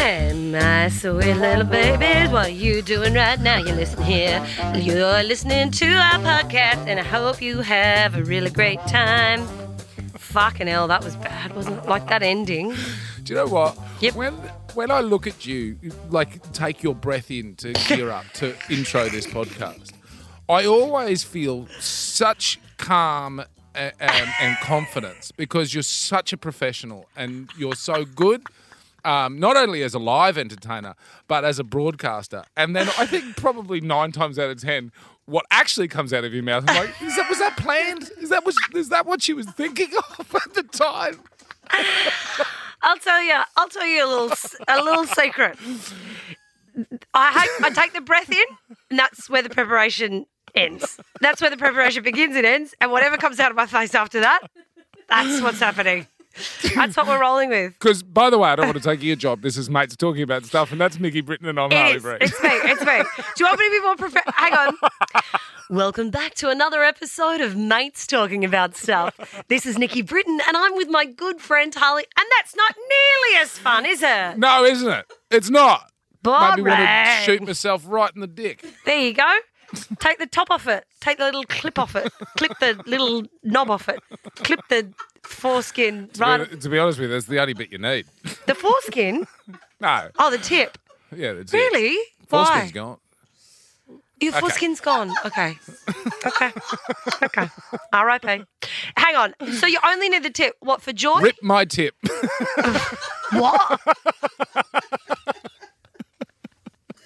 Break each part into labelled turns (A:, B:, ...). A: My sweet little babies, what you doing right now? You listen here. You're listening to our podcast, and I hope you have a really great time. Fucking hell, that was bad, wasn't it? Like that ending.
B: Do you know what?
A: Yep.
B: When when I look at you, like take your breath in to gear up to intro this podcast, I always feel such calm and, and, and confidence because you're such a professional and you're so good. Um, not only as a live entertainer, but as a broadcaster. And then I think probably nine times out of ten, what actually comes out of your mouth, I'm like, is that, was that planned? Is that, was, is that what she was thinking of at the time?
A: I'll tell you. I'll tell you a little s- a little secret. I hope I take the breath in, and that's where the preparation ends. That's where the preparation begins and ends, and whatever comes out of my face after that, that's what's happening. That's what we're rolling with.
B: Because, by the way, I don't want to take your job. This is mates talking about stuff, and that's Mickey Britton and I'm
A: It
B: Harley
A: is.
B: Bree.
A: It's me. It's me. Do you want me to be more professional? Hang on. Welcome back to another episode of Mates Talking About Stuff. This is Nikki Britton, and I'm with my good friend Harley. And that's not nearly as fun, is it?
B: No, isn't it? It's not. Made me
A: Boring.
B: want to shoot myself right in the dick.
A: There you go. Take the top off it. Take the little clip off it. Clip the little knob off it. Clip the foreskin. Right.
B: uh, To be honest with you, that's the only bit you need.
A: The foreskin?
B: No.
A: Oh, the tip.
B: Yeah, that's it.
A: Really? Why?
B: Foreskin's gone.
A: Your foreskin's gone. Okay. Okay. Okay. R.I.P. Hang on. So you only need the tip. What, for joy?
B: Rip my tip.
A: What?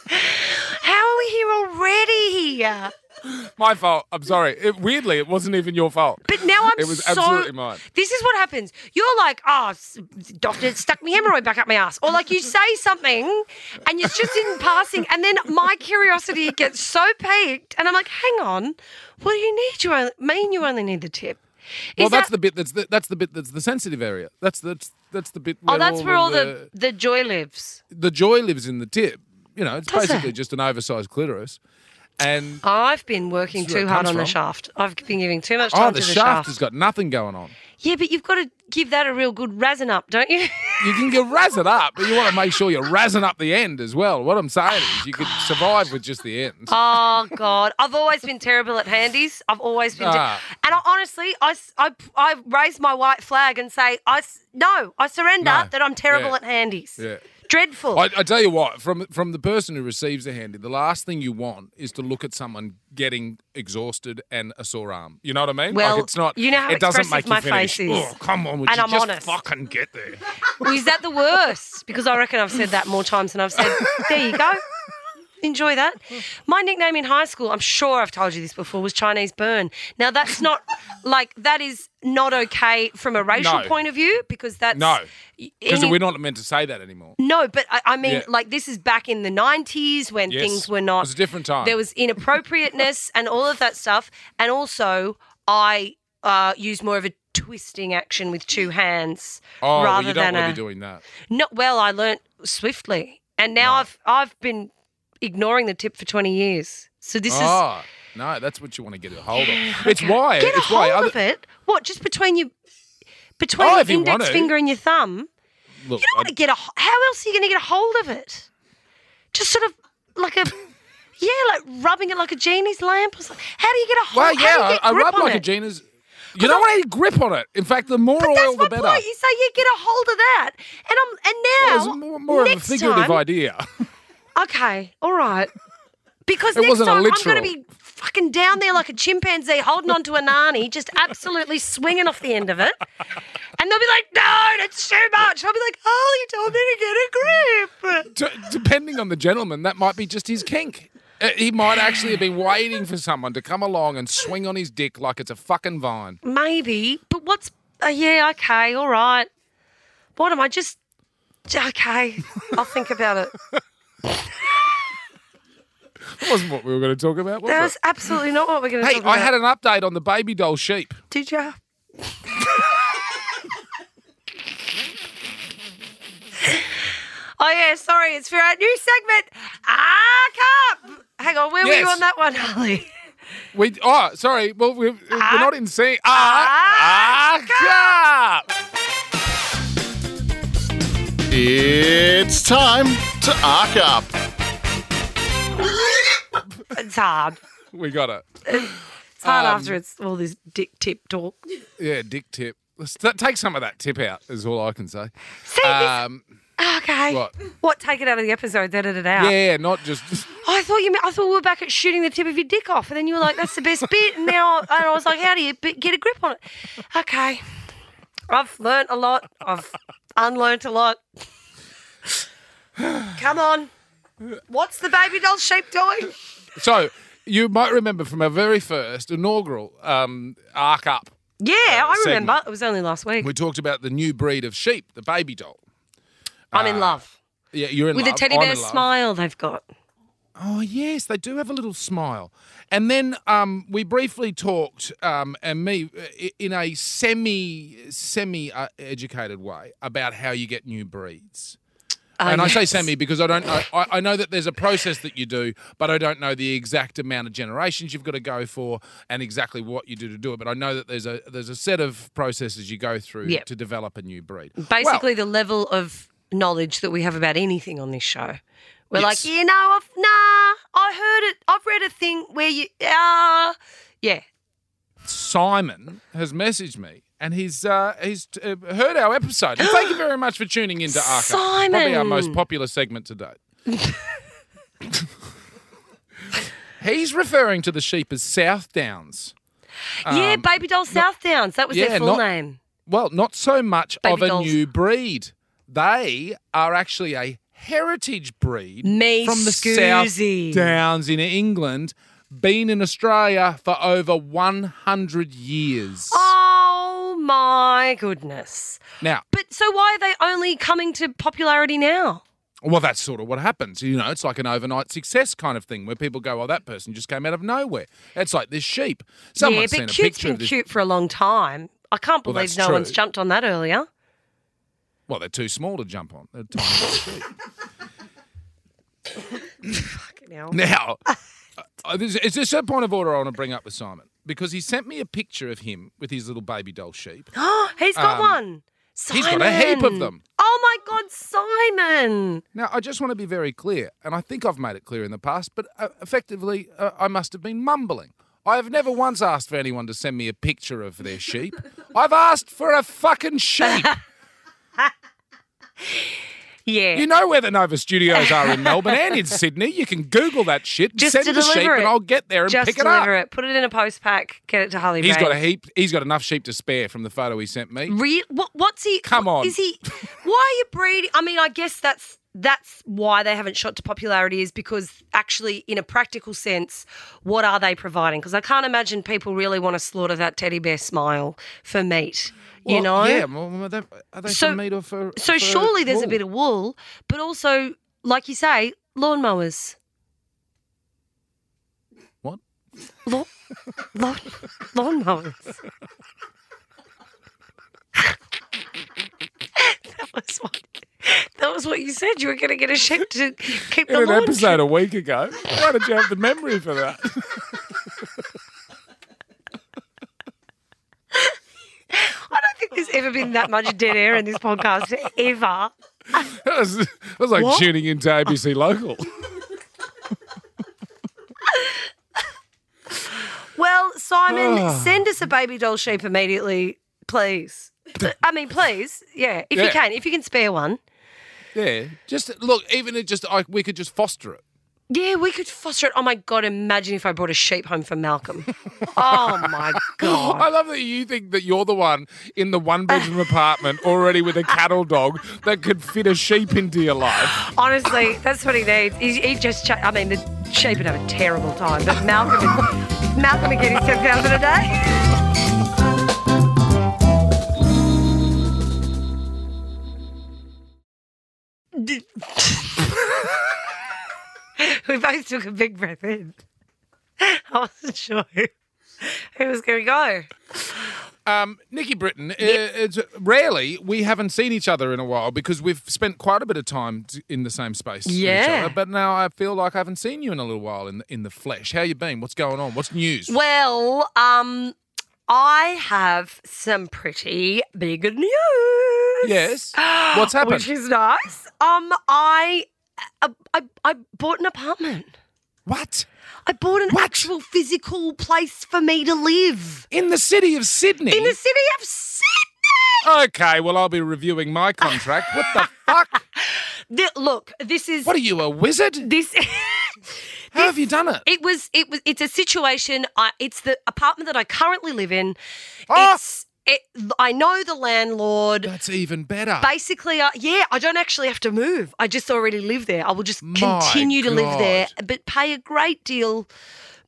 A: How are we here already?
B: my fault. I'm sorry. It, weirdly, it wasn't even your fault.
A: But now I'm
B: It was
A: so.
B: absolutely mine.
A: This is what happens. You're like, oh, s- doctor stuck me hemorrhoid back up my ass, or like you say something, and it's just in passing, and then my curiosity gets so piqued, and I'm like, hang on, what do you need? You only, mean you only need the tip?
B: well,
A: Is
B: that's
A: that-
B: the bit that's the, that's the bit that's the sensitive area. That's that's that's the bit. Where
A: Oh, that's
B: all
A: where
B: of
A: all the, the joy lives.
B: the joy lives in the tip. You know, it's
A: Does it?
B: basically just an oversized clitoris, and
A: I've been working
B: That's where
A: too
B: it
A: hard on
B: comes
A: the
B: from.
A: shaft. I've been giving too much time
B: oh, the,
A: to the
B: shaft,
A: shaft.
B: has got nothing going on.
A: Yeah, but you've got to give that a real good razzing up, don't you?
B: You can get razzing up, but you want to make sure you're razzing up the end as well. What I'm saying is, you could survive with just the ends.
A: Oh God, I've always been terrible at handies. I've always been, ter-
B: Ah.
A: and I, honestly, I, s- I p- I raise my white flag and say, I s- no, I surrender
B: No.
A: that I'm terrible
B: Yeah.
A: at handies.
B: Yeah.
A: Dreadful.
B: I, I tell you what, from from the person who receives the handy, the last thing you want is to look at someone getting exhausted and a sore arm. You know what I mean?
A: Well,
B: like it's not.
A: you know how
B: it doesn't
A: expressive
B: make you
A: my
B: finish.
A: face is.
B: Oh, come on, would
A: And
B: you
A: I'm
B: just
A: honest.
B: fucking get there?
A: Well, is that the worst? Because I reckon I've said that more times than I've said. There you go. Enjoy that. My nickname in high school, I'm sure I've told you this before, was Chinese burn. Now that's not like that is not okay from a racial
B: No.
A: point of view because that's
B: No, because
A: any-
B: we're not meant to say that anymore.
A: No, but I, I mean,
B: Yeah.
A: like this is back in the nineties when
B: Yes.
A: things were not.
B: It was a different time.
A: There was inappropriateness and all of that stuff, and also I uh, used more of a twisting action with two hands
B: Oh, well,
A: rather
B: you
A: than
B: don't want to
A: a.
B: be doing that.
A: No, well, I learnt swiftly, and now I've I've been ignoring the tip for twenty years. So this is
B: oh, no, that's what you want to get a hold of. It's why.
A: get a
B: it's why.
A: hold
B: other-
A: of it. What just between your between
B: Oh,
A: your
B: if you want
A: index
B: to.
A: finger and your thumb?
B: Look,
A: You don't want to get a. h- How else are you going to get a hold of it? Just sort of like a. Yeah, like rubbing it like a genie's lamp or something. How do you get a hold?
B: Well,
A: how do you
B: yeah,
A: get
B: I, I
A: grip
B: rub
A: on
B: like
A: it?
B: a Gina's. You don't want any grip on it. In fact, the more
A: But
B: oil,
A: that's my
B: the better.
A: point. You say you get a hold of that, and I'm
B: It's
A: and now
B: more, more of a
A: next
B: figurative
A: time,
B: idea.
A: Okay, all right. Because
B: It
A: next
B: wasn't a
A: time I'm going
B: literal.
A: to be fucking down there like a chimpanzee holding onto a nani, just absolutely swinging off the end of it. And they'll be like, no, that's too much. I'll be like, oh, you told me to get a grip.
B: D- depending on the gentleman, that might be just his kink. Uh, He might actually have been waiting for someone to come along and swing on his dick like it's a fucking vine.
A: Maybe, but what's? Uh, yeah, okay, all right. What am I just? Okay, I'll think about it.
B: That wasn't what we were going to talk about, was
A: That
B: it?
A: was absolutely not what we're going to
B: Hey,
A: talk about.
B: I had an update on the baby doll sheep.
A: Did you? oh yeah, sorry, it's for our new segment. Ah, cup. Hang on, where were you
B: Yes.
A: on that one, Holly?
B: We oh sorry, well we're, we're not in sync.
A: Ah,
B: Ah, ah, cup.
C: It's time to arc up.
A: It's hard.
B: We got it.
A: It's hard
B: Um,
A: after it's all this dick tip talk.
B: Yeah, dick tip. Let's t- take some of that tip out. Is all I can say.
A: See, this,
B: Um,
A: okay.
B: what?
A: What? Take it out of the episode. Then it out.
B: yeah, not just.
A: I thought you. meant I thought we were back at shooting the tip of your dick off, and then you were like, "That's the best bit." And now, and I was like, "How do you b- get a grip on it?" Okay, I've learnt a lot. I've unlearnt a lot. Come on, what's the baby doll shape doing?
B: So you might remember from our very first inaugural um, arc up,
A: Yeah, I remember.
B: segment.
A: It was only last week.
B: Uh, we talked about the new breed of sheep, the baby doll.
A: I'm in love
B: Yeah, you're in
A: with the
B: love.
A: teddy
B: uh, I'm
A: bear
B: in love.
A: smile they've got.
B: Oh yes, they do have a little smile. And then um, we briefly talked, um, and me i- in a semi semi uh, educated way about how you get new breeds.
A: Oh,
B: and I say
A: yes.
B: semi because I don't know. I, I know that there's a process that you do, but I don't know the exact amount of generations you've got to go for and exactly what you do to do it. But I know that there's a there's a set of processes you go through
A: Yep.
B: to develop a new breed.
A: basically the level of knowledge that we have about anything on this show. We're like,
B: Yes.
A: you know, I've, nah, I heard it. I've read a thing where you, uh, yeah,
B: Simon has messaged me. And he's uh, he's uh, heard our episode. And thank you very much for tuning in to Arca. Probably our
A: Simon.
B: most popular segment to date. he's referring to the sheep as South Downs.
A: yeah, Baby Doll South Downs. That was
B: Um, yeah,
A: their full
B: not-
A: name.
B: Well, not so much
A: Baby
B: of a
A: dolls.
B: new breed. They are actually a heritage breed
A: Me
B: from the
A: scoozy.
B: South Downs in England, been in Australia for over 100 years.
A: Oh my goodness!
B: Now,
A: But so why are they only coming to popularity now?
B: well, that's sort of what happens. You know, it's like an overnight success kind of thing where people go, oh, that person just came out of nowhere. It's like this sheep. Someone's
A: yeah,
B: seen
A: but
B: a
A: cute's
B: picture
A: been
B: of this.
A: cute for a long time. I can't
B: Well,
A: believe
B: that's
A: no
B: true.
A: one's jumped on that earlier.
B: Well, they're too small to jump on. They're tiny little sheep.
A: Fucking hell.
B: Now, uh, is, is this a point of order I want to bring up with Simon? Because he sent me a picture of him with his little baby doll sheep.
A: he's got
B: Um,
A: one. Simon.
B: he's got a heap of them.
A: Oh my God, Simon!
B: Now, I just want to be very clear, and I think I've made it clear in the past, but uh, effectively, uh, I must have been mumbling. I have never once asked for anyone to send me a picture of their sheep. I've asked for a fucking sheep.
A: Yeah.
B: You know where the Nova Studios are in Melbourne and in Sydney. You can Google that shit.
A: Just
B: send
A: to
B: the sheep,
A: deliver it.
B: and I'll get there and
A: just
B: pick it up.
A: deliver it. Put it in a post pack. Get it to Harley.
B: He's
A: Brain.
B: got a heap. He's got enough sheep to spare from the photo he sent me.
A: Re- what, what's he?
B: Come
A: what-
B: on.
A: Is he? Why are you breeding? I mean, I guess that's that's why they haven't shot to popularity is because actually, in a practical sense, what are they providing? Because I can't imagine people really want to slaughter that teddy bear smile for meat. you know.
B: Well, Yeah, well, well, they- are they
A: So-
B: for meat or for?
A: So
B: for
A: surely there's a
B: wool?
A: bit of wool, but also, like you say, lawnmowers.
B: What?
A: Lawn, lawn, lawnmowers. that was what. That was what you said. You were going to get a sheep to keep the
B: in an
A: lawn.
B: episode a week ago. Why did you have the memory for that?
A: I don't think there's ever been that much dead air in this podcast ever.
B: That was, that was like
A: What?
B: tuning into ABC Local.
A: Well, Simon,
B: Ah.
A: send us a baby doll sheep immediately, please. I mean, please, yeah, if
B: Yeah.
A: you can, if you can spare one.
B: Yeah, just look. Even it just I, we could just foster it.
A: Yeah, we could foster it. Oh my god, imagine if I brought a sheep home for Malcolm. oh my god.
B: I love that you think that you're the one in the one bedroom apartment already with a cattle dog that could fit a sheep into your life.
A: Honestly, that's what he needs. He, he just, cha- I mean, the sheep would have a terrible time, but Malcolm, would- Malcolm would get his ten thousand a day. we both took a big breath in. I wasn't sure who, who was going to go.
B: Um, Nikki Britton, uh, it's rarely we haven't seen each other in a while because we've spent quite a bit of time t- in the same space. with each
A: Yeah.
B: other. but now I feel like I haven't seen you in a little while in the, in the flesh. How you been? What's going on? What's news?
A: Well, um, I have some pretty big news.
B: Yes. What's happened?
A: which is nice. Um, I, I, I, I bought an apartment.
B: what?
A: I bought an
B: What?
A: actual physical place for me to live
B: In the city of Sydney?
A: in the city of Sydney.
B: okay, well, I'll be reviewing my contract. what the fuck?
A: Th- look, this is
B: What are you, a wizard?
A: this.
B: How have you done it?
A: It was. It was. It's a situation. I, it's the apartment that I currently live in.
B: Ah!
A: It's. It, I know the landlord.
B: That's even better.
A: Basically, I, yeah, I don't actually have to move. I just already live there. I will just
B: My
A: continue to live
B: God.
A: there, but pay a great deal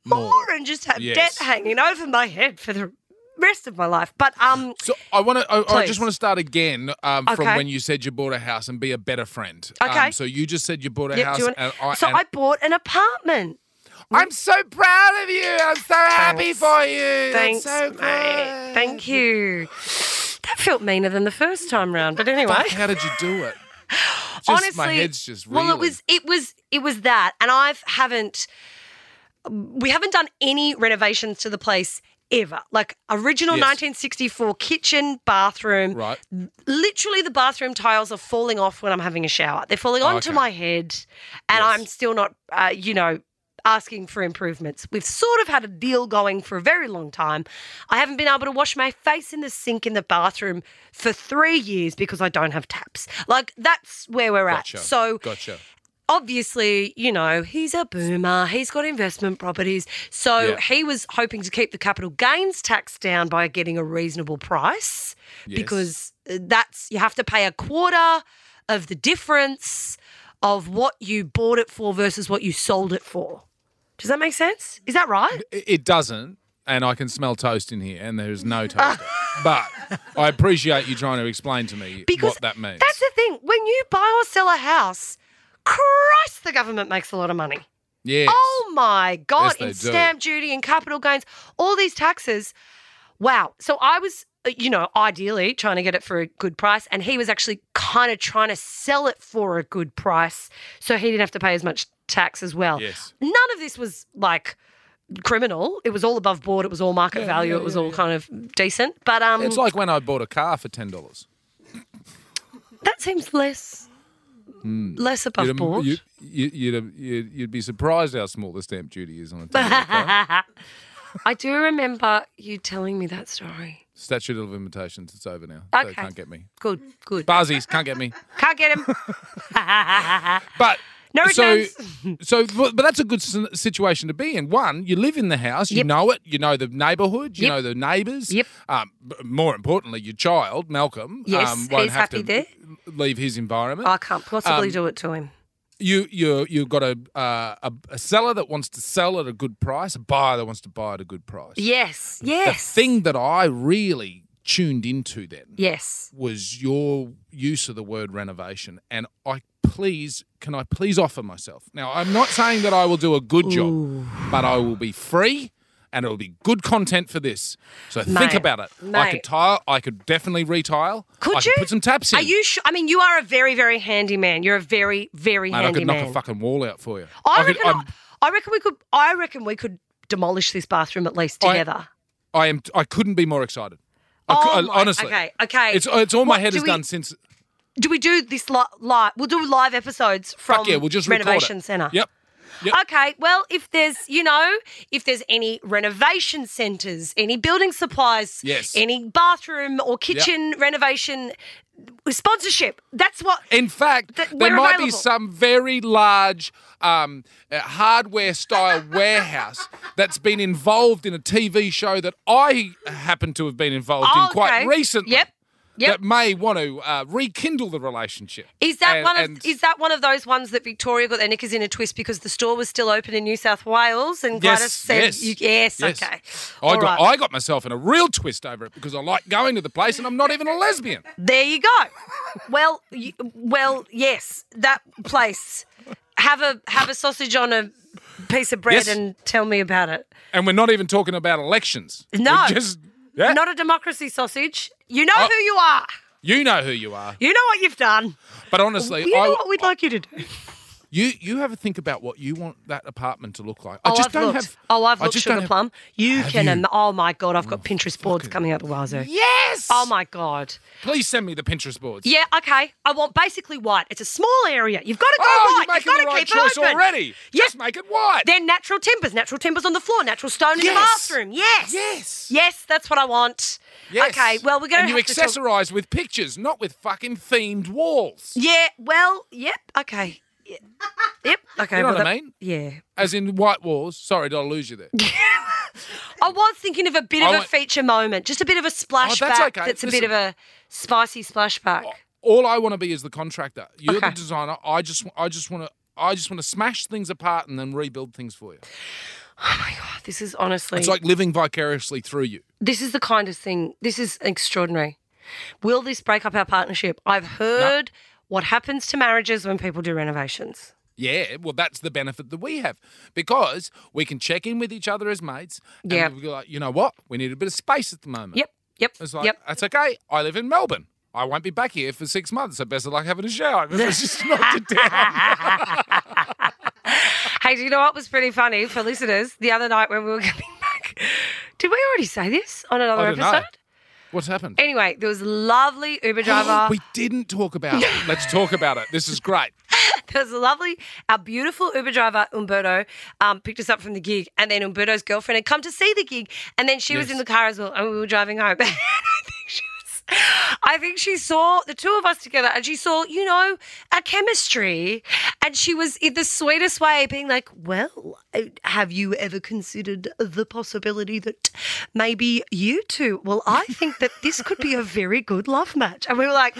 A: more, and just have
B: Yes.
A: debt hanging over my head for the rest of my life. But um,
B: So I want to. I, I just
A: Please.
B: want to start again um, from
A: Okay.
B: when you said you bought a house and be a better friend.
A: Okay.
B: Um, so you just said you bought a
A: yeah,
B: house,
A: do you
B: and
A: want-
B: I.
A: so
B: and
A: I bought an apartment.
B: I'm so proud of you. I'm so happy
A: Thanks.
B: for you.
A: Thanks,
B: That's so
A: mate.
B: good.
A: Thank you. That felt meaner than the first time round, but anyway.
B: Fuck, how did you do it? Just,
A: honestly,
B: my head's just
A: well, it
B: reeling.
A: was it was it was that, and I've haven't we haven't done any renovations to the place ever. Like original
B: Yes.
A: 1964 kitchen, bathroom.
B: right.
A: Literally, the bathroom tiles are falling off when I'm having a shower. They're falling onto
B: Oh, okay.
A: my head, and I'm still not, uh, you know. Asking for improvements. We've sort of had a deal going for a very long time. I haven't been able to wash my face in the sink in the bathroom for three years because I don't have taps. Like, that's where we're
B: Gotcha.
A: at. So,
B: gotcha.
A: obviously, you know, he's a boomer. He's got investment properties. So
B: Yeah.
A: he was hoping to keep the capital gains tax down by getting a reasonable price
B: Yes.
A: because uh, that's you have to pay a quarter of the difference of what you bought it for versus what you sold it for. Does that make sense? Is that right?
B: It- It doesn't, and I can smell toast in here, and there is no toast. but I appreciate you trying to explain to me
A: Because
B: what that means.
A: That's the thing. When you buy or sell a house, Christ, the government makes a lot of money.
B: yes.
A: Oh my God,
B: Yes, they
A: in
B: do.
A: stamp duty and capital gains, all these taxes. Wow. So I was, uh, you know, ideally trying to get it for a good price, and he was actually kind of trying to sell it for a good price so he didn't have to pay as much tax as well.
B: Yes.
A: None of this was like criminal. It was all above board, it was all market value, it was all kind of decent. But um
B: It's like when I bought a car for ten dollars.
A: that seems less
B: Mm.
A: less above
B: You'd,
A: board.
B: you you- you'd, you'd, you'd be surprised how small the stamp duty is on a ten dollar car.
A: I do remember you telling me that story.
B: Statute of limitations. It's over now. They
A: Okay.
B: can't get me.
A: Good, good.
B: Barzies can't get me.
A: Can't get him.
B: But
A: No
B: so,
A: returns.
B: so, but but that's a good s- situation to be in. One, you live in the house, you
A: Yep.
B: know it, you know the neighbourhood, you
A: Yep.
B: know the neighbours.
A: Yep.
B: Um, b- more importantly, your child, Malcolm.
A: Yes,
B: um, won't
A: he's
B: have to
A: happy there.
B: Leave his environment.
A: I can't
B: um,
A: possibly do it to him.
B: you you you've got a, uh, a a seller that wants to sell at a good price, a buyer that wants to buy at a good price.
A: Yes,
B: The
A: yes,
B: thing that I really tuned into then
A: yes.
B: was your use of the word renovation, and I please can I please offer myself now? I'm not saying that I will do a good job, but I will be free. And it'll be good content for this. So think
A: Mate,
B: about it. I could
A: mate.
B: tile. I could definitely retile.
A: Could
B: I
A: you?
B: Could put some taps in.
A: Are you sure? I mean, you are a very, very handy man. You're a very, very
B: Mate, I
A: handy
B: could knock
A: man.
B: a fucking wall out for you.
A: I
B: could- um,
A: reckon. I,
B: I'm-
A: I reckon we could. I reckon we could demolish this bathroom at least
B: I-
A: together.
B: I am. I couldn't be more excited. I
A: Oh
B: cou- I-
A: my-
B: honestly,
A: okay, okay.
B: It's it's all my
A: What
B: head
A: do
B: has
A: we-
B: done since.
A: do we do this li- live? We'll do live episodes from
B: Fuck yeah, we'll just
A: um, renovation
B: record it.
A: centre.
B: Yep.
A: Okay, well, if there's, you know, if there's any renovation centres, any building supplies,
B: Yes.
A: any bathroom or kitchen renovation sponsorship, that's what.
B: In fact,
A: Th-
B: there
A: we're
B: might be
A: available.
B: some very large um, uh, hardware style warehouse that's been involved in a TV show that I happen to have been involved in
A: Oh,
B: quite
A: okay.
B: recently.
A: Yep, yep.
B: That may want to uh, rekindle the relationship.
A: Is that
B: And-
A: one of
B: and-
A: is that one of those ones that Victoria got their knickers in a twist because the store was still open in New South Wales and
B: Yes,
A: Gladys said
B: yes,
A: you, yes,
B: yes.
A: okay.
B: I
A: All
B: got
A: right.
B: I got myself in a real twist over it because I like going to the place and I'm not even a lesbian.
A: There you go. Well, y well, yes, that place. Have a have a sausage on a piece of bread
B: Yes.
A: and tell me about it.
B: And we're not even talking about elections.
A: No.
B: We're just yeah,
A: Not a democracy sausage. You know
B: Oh.
A: who you are.
B: you know who you are.
A: You know what you've done.
B: But honestly,
A: You know
B: I,
A: what we'd like you to do.
B: You you have a think about what you want that apartment to look like.
A: Oh,
B: I just
A: I've
B: don't
A: looked.
B: have.
A: oh, I've
B: I
A: looked
B: just
A: Sugar
B: don't have-
A: Plum. You
B: Have
A: can.
B: you?
A: im- oh my God, I've got Pinterest boards coming out the wazoo.
B: Yes.
A: Oh my God.
B: Please send me the Pinterest boards.
A: Yeah, okay. I want basically white. It's a small area. You've got to go
B: Oh,
A: white.
B: you're
A: You've
B: making
A: got
B: the
A: to
B: right
A: keep it
B: choice
A: open.
B: already. Just make it white.
A: Then natural timbers, natural timbers on the floor, natural stone in
B: Yes.
A: the bathroom. Yes.
B: Yes.
A: Yes, that's what I want.
B: Yes.
A: Okay, well, we're going
B: And
A: to
B: you
A: have to talk-
B: accessorize with pictures, not with fucking themed walls.
A: Yeah, well, yep, okay. Yep, Yep, okay.
B: You know
A: well,
B: what I
A: that-
B: mean?
A: Yeah.
B: As in white walls. Sorry, did I lose you there?
A: I was thinking of a bit
B: I
A: of a
B: went-
A: feature moment, just a bit of a splashback
B: okay.
A: that's a
B: Listen. Oh.
A: bit of a spicy splashback.
B: All I want to be is the contractor. You're
A: Okay.
B: the designer. I just I just want to I just want to smash things apart and then rebuild things for you.
A: God, oh, this is honestly.
B: It's like living vicariously through you.
A: This is the kindest thing. This is extraordinary. Will this break up our partnership? I've heard what happens to marriages when people do renovations.
B: Yeah, well, that's the benefit that we have because we can check in with each other as mates. And
A: Yeah.
B: we'll be like, you know what? We need a bit of space at the moment.
A: Yep. Yep.
B: It's like,
A: yep.
B: that's okay. I live in Melbourne. I won't be back here for six months. So best of luck having a shower. 'cause it's just knocked it down.
A: Hey, do you know what was pretty funny for listeners the other night when we were coming back? Did we already say this on another
B: I don't know.
A: episode?
B: What's happened?
A: Anyway, there was a lovely Uber driver.
B: we didn't talk about it. Let's talk about it. This is great.
A: There was a lovely, our beautiful Uber driver, Umberto, um, picked us up from the gig. And then Umberto's girlfriend had come to see the gig. And then she was
B: Yes.
A: in the car as well. And we were driving home. I think she was- I think she saw the two of us together and she saw, you know, our chemistry. And she was in the sweetest way being like, Well, uh, have you ever considered the possibility that maybe you two? Well, I think that this could be a very good love match. And we were like,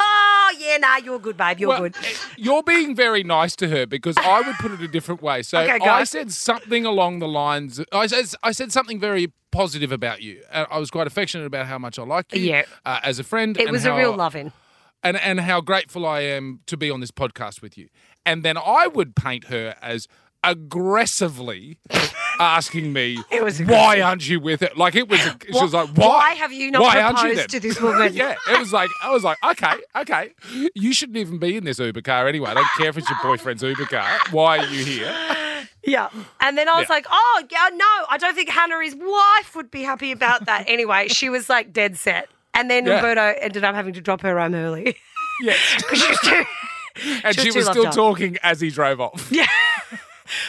A: Oh, yeah, nah, you're good, babe. You're
B: Well,
A: good.
B: eh, You're being very nice to her because I would put it a different way. So
A: Okay, go.
B: I said something along the lines. I said I said something very positive about you. Uh, I was quite affectionate about how much I like you
A: Yeah.
B: uh, as a friend.
A: It
B: and
A: was a
B: how-
A: real loving.
B: and and how grateful I am to be on this podcast with you. And then I would paint her as aggressively asking me,
A: It was
B: "Why aren't you with it?" Like it was. She was like, "Why?
A: why have you not
B: Why aren't you
A: proposed
B: then?"
A: to this woman?
B: yeah, it was like I was like, "Okay, okay, you shouldn't even be in this Uber car anyway. I don't care if it's your boyfriend's Uber car. Why are you here?"
A: Yeah. And then I was
B: Yeah.
A: like, oh, yeah, no, I don't think Hannah, his wife, would be happy about that. anyway, she was like dead set. And then
B: Yeah.
A: Roberto ended up having to drop her home early.
B: Yes,
A: 'Cause she was too-
B: and
A: She
B: she
A: was too
B: was still
A: loved up.
B: talking as he drove off.
A: yeah.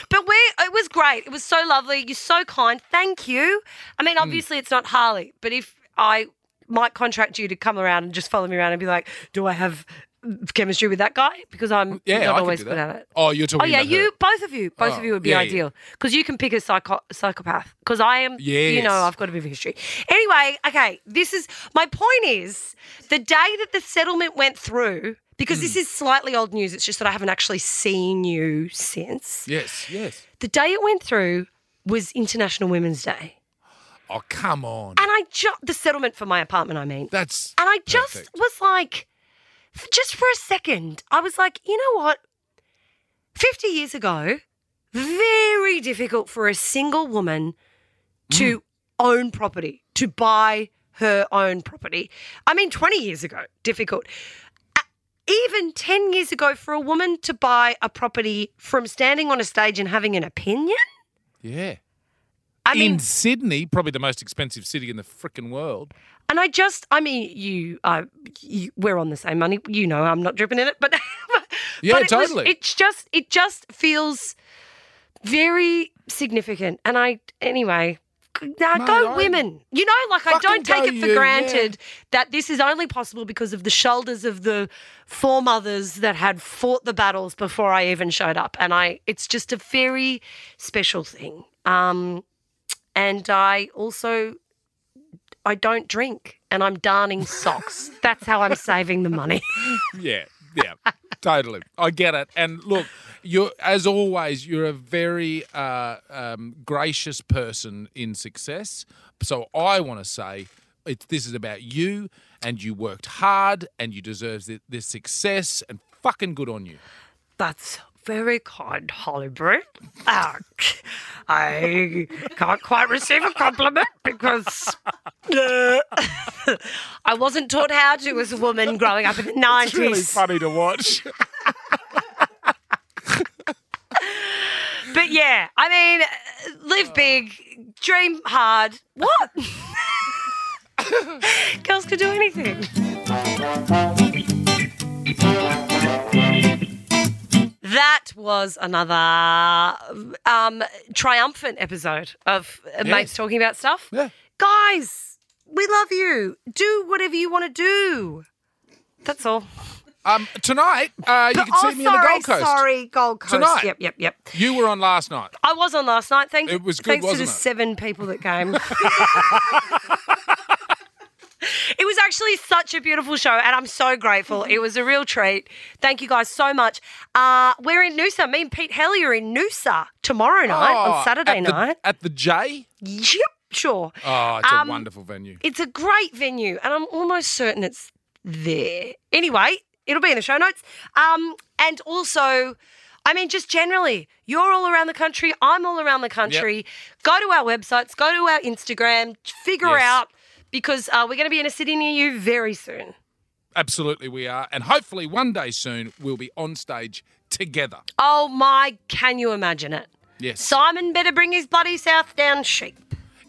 A: But we, it was great. It was so lovely. You're so kind. Thank you. I mean,
B: Hmm.
A: obviously, it's not Harley, but if I might contract you to come around and just follow me around and be like, do I have chemistry with that guy? Because I'm
B: Yeah, I
A: not
B: could
A: always
B: do
A: good
B: that.
A: at it.
B: Oh, you're talking.
A: Oh yeah,
B: about her.
A: you both of you, both
B: Oh,
A: of you would be
B: yeah, yeah.
A: ideal because you can pick a psycho- psychopath. Because I am, you
B: Yes.
A: know, I've got a bit of history. Anyway, okay, this is my point is the day that the settlement went through. Because
B: Mm.
A: this is slightly old news, it's just that I haven't actually seen you since.
B: Yes, yes.
A: The day it went through was International Women's Day.
B: Oh come on,
A: And I just, the settlement for my apartment, I mean.
B: that's
A: And I just
B: Perfect.
A: was like, f- just for a second, I was like, you know what? 50 years ago, very difficult for a single woman
B: Mm.
A: to own property, to buy her own property. I mean, 20 years ago, difficult. A- Even 10 years ago, for a woman to buy a property from standing on a stage and having an opinion.
B: yeah.
A: I mean,
B: in Sydney, probably the most expensive city in the frickin' world.
A: And I just, I mean, you, uh, you, we're on the same money. You know, I'm not dripping in it, but
B: Yeah,
A: but it was-
B: totally.
A: it's just, it just feels very significant. And I, anyway, c- nah,
B: Mate,
A: go
B: I-
A: women. You know, like I
B: Fucking
A: don't take
B: go
A: it for
B: you, yeah.
A: granted that this is only possible because of the shoulders of the foremothers that had fought the battles before I even showed up. And I, it's just a very special thing. Um, and I also I don't drink and I'm darning socks. That's how I'm saving the money.
B: Yeah, yeah, totally. I get it. And look, you're as always, you're a very uh, um, gracious person in success. So I want to say. It, this is about you, and you worked hard, and you deserve thi- this success, and fucking good on you.
A: That's very kind, Holly Brew. Uh, I can't quite receive a compliment because uh, I wasn't taught how to as a woman growing up in the 90s.
B: funny to watch.
A: But yeah, I mean, uh,
B: Oh.
A: live big, dream hard. What? Girls could do anything. That was another um, triumphant episode of uh, Mates Talking About Stuff.
B: Yeah.
A: Guys, we love you. Do whatever you want to do. That's all.
B: Um, tonight, uh, you
A: But-
B: can
A: oh,
B: see me
A: sorry,
B: on the Gold Coast.
A: sorry, Gold Coast.
B: Tonight.
A: Yep, yep, yep.
B: You were on last night.
A: I was on last night. Thanks,
B: It was good,
A: thanks to
B: wasn't
A: the
B: it?
A: seven people that came. it was actually such a beautiful show, and I'm so grateful. It was a real treat. Thank you guys so much. Uh, we're in Noosa. Me and Pete Helly are in Noosa tomorrow night
B: Oh,
A: on Saturday
B: at the-
A: night.
B: at the J.
A: Yep, sure.
B: Oh, it's a
A: Um,
B: wonderful venue.
A: It's a great venue, and I'm almost certain it's there. Anyway, it'll be in the show notes. Um, and also, I mean, just generally, you're all around the country. I'm all around the country. Go to our websites. Go to our Instagram. Figure
B: Yes.
A: out because uh, we're going to be in a city near you very soon.
B: Absolutely, we are, and hopefully one day soon we'll be on stage together.
A: Oh my! Can you imagine it?
B: Yes.
A: Simon better bring his bloody south down sheep.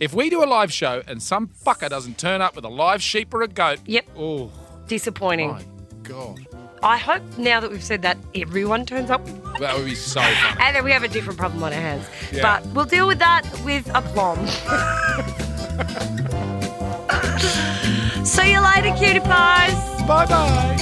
B: if we do a live show and some fucker doesn't turn up with a live sheep or a goat,
A: Yep.
B: Oh
A: Disappointing.
B: my god,
A: I hope now that we've said that, everyone turns up with
B: that would be so funny.
A: And then we have a different problem on our hands.
B: Yeah.
A: But we'll deal with that with aplomb. See you later, cutie pies.
B: bye bye.